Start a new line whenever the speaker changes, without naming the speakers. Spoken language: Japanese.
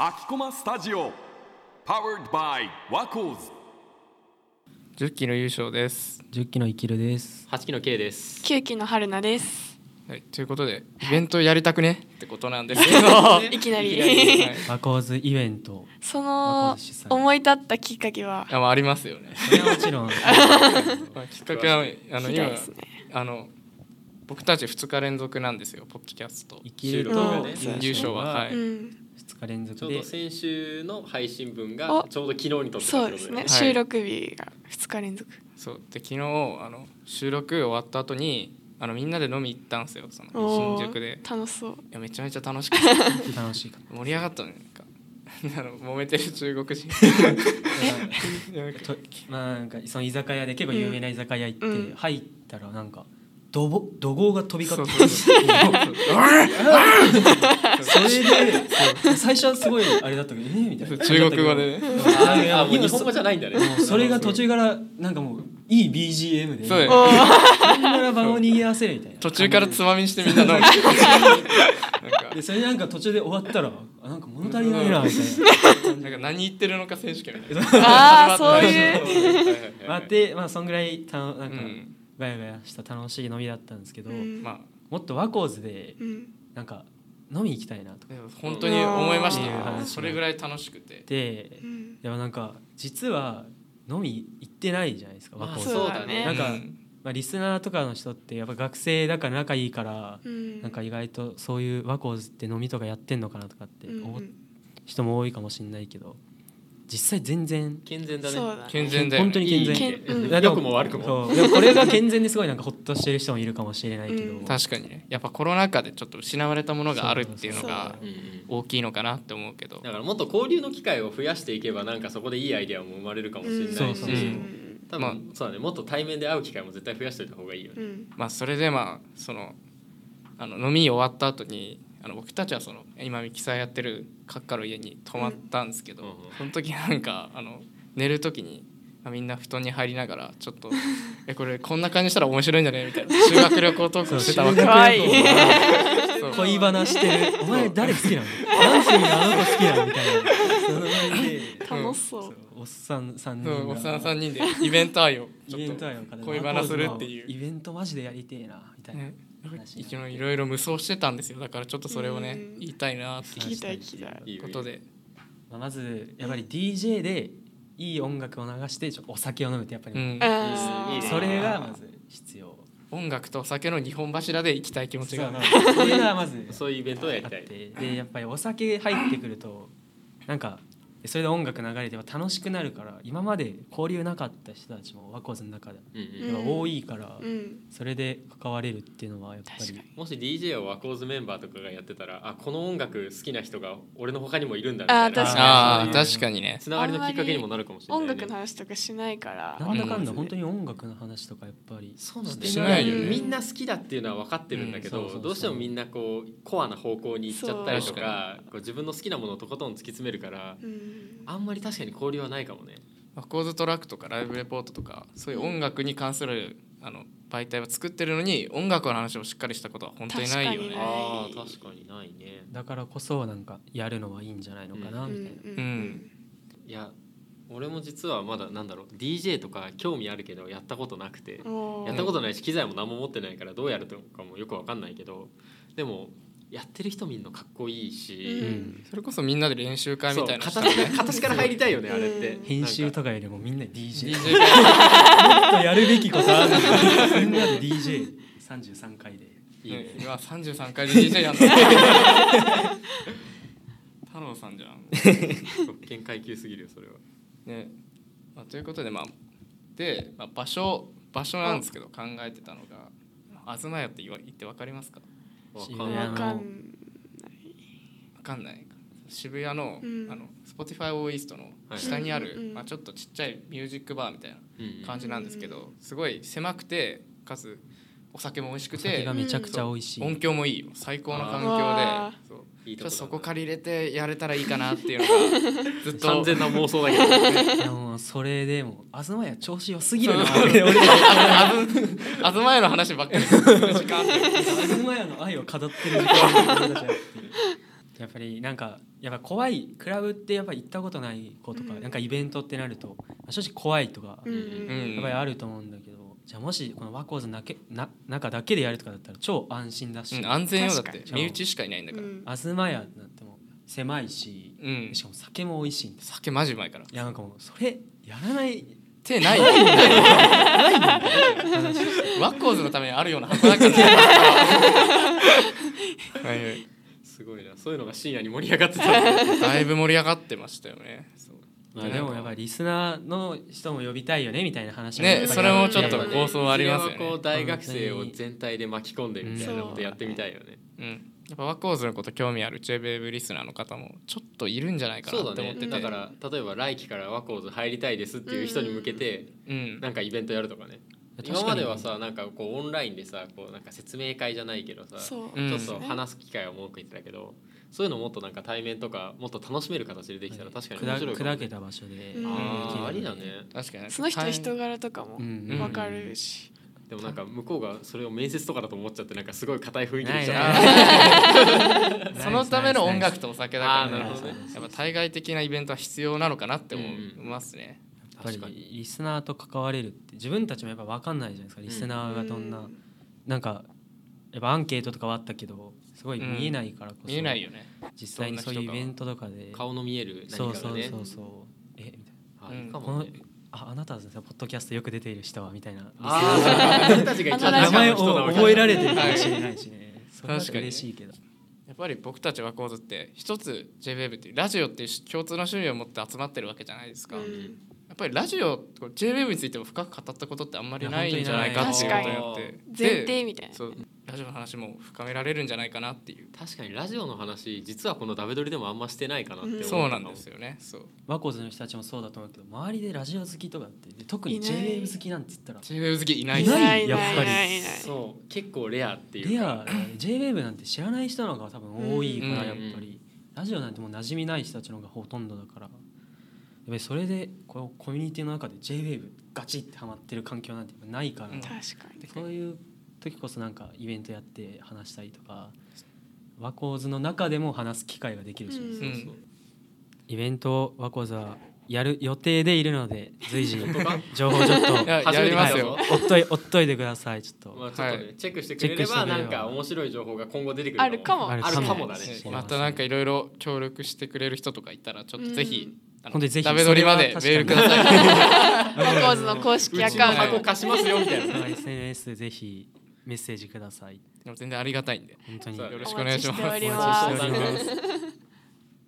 秋駒スタジオ Powered by ワコーズ
10期の優勝です、
十期の生きるです。
八期の K です。
九期の春菜です。
はい、ということでイベントやりたくねってことなんですけ ど、はい
きなり。
い、
ワコーズイベント。
その思い立ったきっかけは。
あまあありますよね、
それはもち ろん。
まあ、きっかけはあの
ひど
今、
いですね。
あの僕たち2日連続なんですよポッキキャスト
生きると
優勝は、は
う
い、
ん、
二日連
ちょ
続
うど
で。
先週の配信分
お
がちょうど昨日に撮ってたっ
そう
て
で
こ
す
と
ね。
い
収録日が二日連続。
そうで昨日あの収録終わった後にあのみんなで飲み行ったんですよその
おー
新宿で
楽しそう。
いやめちゃめちゃ楽 しくて
楽しいか。
盛り上がったねなんかあの揉めてる中国人なん か
とまあなんかその居酒屋で結構有名な居酒屋行っ
う
て
ん
入ったらなんか怒号怒号が飛び交っ
そ
て
うそうそう
それでそう最初はすごいあれだったけどえーみたい
そう
な。
中国語でね
あーあーもう
今
日本語じゃないんだね。
それが途中からなんかもういい BGM で。
そうだよ
こ
ね
んなら場を逃げ合わせるみたいな。
途中からつまみにしてみんな飲むなんか
でそれなんか途中で終わったらあなんか物足りないなみたいな。
なんか何言ってるのか選手権みたいな。
ああ、そう
始ま
い
っ
う。
まあ、でまあそんぐらいたのなん
た
か
うん
ガヤガヤした楽しい飲みだったんですけど、
うん
ま
もっとワコーズで
うん。
なんか飲み行きたいなと
あ、でも本当に思いまし
う
た。
ん
それぐらい楽しくて。
で
うん。
でもなんか実は飲み行ってないじゃないですかワ
ま
コ
あ
ーズ、
そ
そうう
だ
だ
ね
ね。
なんか
うん
まあ、リスナーとかの人ってやっぱ学生だから仲いいから、
うん。
なんか意外とそういうワコーズって飲みとかやってんのかなとかって
うん。
思
う
うん人も多いかもしれないけど実際全然
健全だね。
そうだね。
健全だよね。
本当に健全
いい健うん
いやで
良くも悪くも
そうでもこれが健全ですごいなんかほっとしてる人もいるかもしれないけど、
うん
確かにね。やっぱコロナ禍でちょっと失われたものがあるっていうの
そう
が
うんうん
大きいのかなって思うけど
だ。からもっと交流の機会を増やしていけばなんかそこでいいアイデアも生まれるかもしれ
そ
な
う
い
そ
し
うそう
多
まあ
分そうだねもっと対面で会う機会も絶対増やしておいた方がいいよ
う
ね。
ん。
まあそれでまあそのあの飲み終わった後に。あの僕たちはその今ミキサーやってるカッカの家に泊まったんですけど、
うんうん
その時なんかあの寝る時にまあみんな布団に入りながらちょっと 「えこれこんな感じしたら面白いんじゃね?」みたいな修学旅行トークをしてたわけ
かわいい。
そう
恋バナしてるお前誰好きなの何時にあの子好きなのみたいなその辺で
楽しそう。
おっさん三
そ
人
う
が
おっさん3人でイベント愛を
イ
ち
ベ
ょ
ン
っ
ト
と
愛を語る
恋バナするっていう
イベントマジでやりてえなみたいな
ね
話
一応いろいろ無双してたんですよだからちょっとそれをね
うん
言いたいなって
聞きたい聞きたい。
いい
いう
よ
こと。で
まあまずやっぱり DJ でいい音楽を流してちょっとお酒を飲むってやっぱ
う
り
ん
あ
い
ー
いっすねいいっすね
それがまず必要
音楽とお酒の二本柱で行きたい気持ちが
そうそれがまず
そういうイベントをやり
あったて
い。
でやっぱりお酒入ってくるとなんかそれで音楽流れては楽しくなるから今まで交流なかった人たちもワコーズの中で
うんう
や
ん
っぱ多いから、
うん。
それで関われるっていうのはやっぱ
確か
り
に。
もし DJ をワコーズメンバーとかがやってたらあこの音楽好きな人が俺の他にもいるんだみたいな
あー確
ああ
そういう
確かにね
つながりのきっかけにもなるかもしれない、
音
ね、
楽の話とかしないから。
なんだかんだ
うん
本当に音楽の話とかやっぱり
そうなんだ
してない
よね
みんな好きだっていうのは分かってるんだけど、
うんそうそうそう
どうしてもみんなこうコアな方向に行っちゃったりと
そう
かこう自分の好きなものをとことん突き詰めるから
うん。
あんまり確かに交流はないかもね
まあコーズトラックとかライブレポートとかそういう音楽に関するあの媒体は作ってるのに音楽の話をしっかりしたことは本当にないよ
確かに
ね
ね
あー確かにないね
だからこそなんかやるのはいいんじゃないのかな
う
みたいな、
ん。
いや俺も実はまだなんだろう DJ とか興味あるけどやったことなくて
うん。お
やったことないし機材も何も持ってないからどうやるとかもよく分かんないけどでもやってる人見るのかっこいいし、
うん
それこそみんなで練習会
そう
みたいなのしたら
形から形から入りたいよねあれって
うん
編集
か
とかよりもみ んな DJ も
DJ 会
っとやるべきことある みんなで DJ33 回で
いいね
今33回で DJ やんの太郎さんじゃん
特権階級すぎるよそれは
ねまあ、ということでまあで、まあ、場所場所なんですけど考えてたのが「あずまよ」って言わ言って分かりますか
わかん
渋
ない
谷
わかん。
分かんないか渋谷の,、
うん
あの Spotify オーイーストの下にある、
はいうん
まあ、ちょっとちっちゃいミュージックバーみたいな
うんうん
感じなんですけど、すごい狭くてかつお酒も美味しく
酒
て
がめちゃくちゃ美味しい、
音響もいいよ最高の環
うわ
境でそう
いい
ちょ
と
っ
ことだ
そ
な
こ借りれてやれたらいいかなっていうのがずっと
完全な妄想だけど
いやもうそれでもう東屋調子良すぎるな
そう
俺俺
あずあずまやの話ばっかりです時間あって
東屋の愛を語ってる時間を俺たちはやってるやっぱりなんかやっぱ怖いクラブってやっぱ行ったことない子とか、
うん
なんかイベントってなると正直怖いとか、
うん
うん
やっぱりあると思うんだけどじゃあもしこのワコーズなけな中だけでやるとかだったら超安心だし、
うん安全よだっ
確
て
かに
身内しかいないんだから
うん
東屋なんてもう狭いし、
うん
しかも酒も美味しいんです
酒マジうまいから
いやなんかもうそれやらない
手ない
話
ワッコーズのためにあるような箱だからねはいはい
すごいなそういうのが深夜に盛り上がってた
だいぶ盛り上がってましたよね
まあでもやっぱりリスナーの人も呼びたいよねみたいな話やっぱ
ね
り
それもちょっと
やぱり
こ構想ありますよね
いずれはこう大学生を全体で巻き込んでみたいなことやってみたいよね
うんやっぱワッコーズのこと興味あるチェベーブリスナーの方もちょっといるんじゃないかな
そう
って
だ
思っ
ね
てて
だから例えば来期からワコーズ入りたいですっていう人に向けて
うん
なんかイベントやるとかね
確かに
今まではさなんかこうオンラインでさこうなんか説明会じゃないけどさ
そう
う
ちょ
ん
っと話す機会を設けてたけどそういうのもっとなんか対面とかもっと楽しめる形でできたら確かに面白いかも
砕けた場所で
うん
あーあ
できる
りだ
よ
ね
確かに
その人の人柄とかも
うん
わかるし、
でもなんか向こうがそれを面接とかだと思っちゃってなんかすごい硬い雰囲気でし
ない
た
な
あー そのための音楽とお酒だから、
あーなるほどね
やっぱ対外的なイベントは必要なのかなって思い
うん
ますね。
やっ
確
ぱ
か
りリスナーと関われるって自分たちもやっぱ分かんないじゃないですかリスナーがどんな、
うん
なんかやっぱアンケートとかはあったけどすごい見えないからこそ、
見えないよね。
実際にそういうイベントとかで
顔の見える
そ
何
う
か
そ
が
う
ね
そうそうえみたいな
あいいか
こ
も
の
ね
ああなたですねポッドキャストよく出ている人はみたいな
ああ自分たちが一番
名前を覚えられてるか
は
も
い
しれないしねそれは
確かに
嬉しいけど
やっぱり僕たちワコーズって一つ JWAVE っていうラジオっていう共通の趣味を持って集まってるわけじゃないですか。
う
やっ
ん
ぱりラジオこれ JWAVE についても深く語ったことってあんまりないんじゃないかっていうことによって
確かに
で
前提みたいな
そうラジオの話も深められるんじゃないかなっていう。
確かにラジオの話実はこのダブドリでもあんましてないかなって思った
そうなんです
よ
よね。そう
和光図の人たちもそうだと思うけど周りでラジオ好きとかってで特
い
に
ない
JWAVE 好きなんて言ったら
JWAVE 好きいない
い
です。
ない
やっ
やっ
ぱ
ぱ
り
り
ないない
そう結構レアっていう
レ
か
ア JWAVE なんて知らない人の方が多分多いから
うん
やっぱり、ラジオなんてもう馴染みない人たちの方がほとんどだからやっぱりそれでこうコミュニティの中で JWAVE ガチってハマってる環境なんてやっぱないから、
うん
確かに
そういう時こそなんかイベントやって話したりとか和光図の中でも話す機会ができるし、
うん
うん
イベントを和光図はやる予定でいるので随時
本当か
情報ちょっと
いや
初
や
め
り
て
ま
聞
す
いた
よ
ぞ。
追っとい追っといてくださいちょっと。
まあちょっとね、
は
チェックしてくれれ
チェッ
ば
クしてく
な
れれ
ん
ば
か面白い情報が今後出てくる
あるかも
あるかもだね
そう
またなんかいろいろ協力してくれる人とかいたらちょっとぜひ、あの
ほんとぜひ
ダメ取りまでメ
それ
ー
は
ル
確
ください
かに
ワコーズの公式ア
うちの
カウ
箱
ント
貸しますよみたいな
まあ SNS ぜひメッセージください
でも全然ありがたいんで
本当に
そうだ
よ
ね
ろしくお願いしま
お待
す
ちしており
お
ます
待ちしております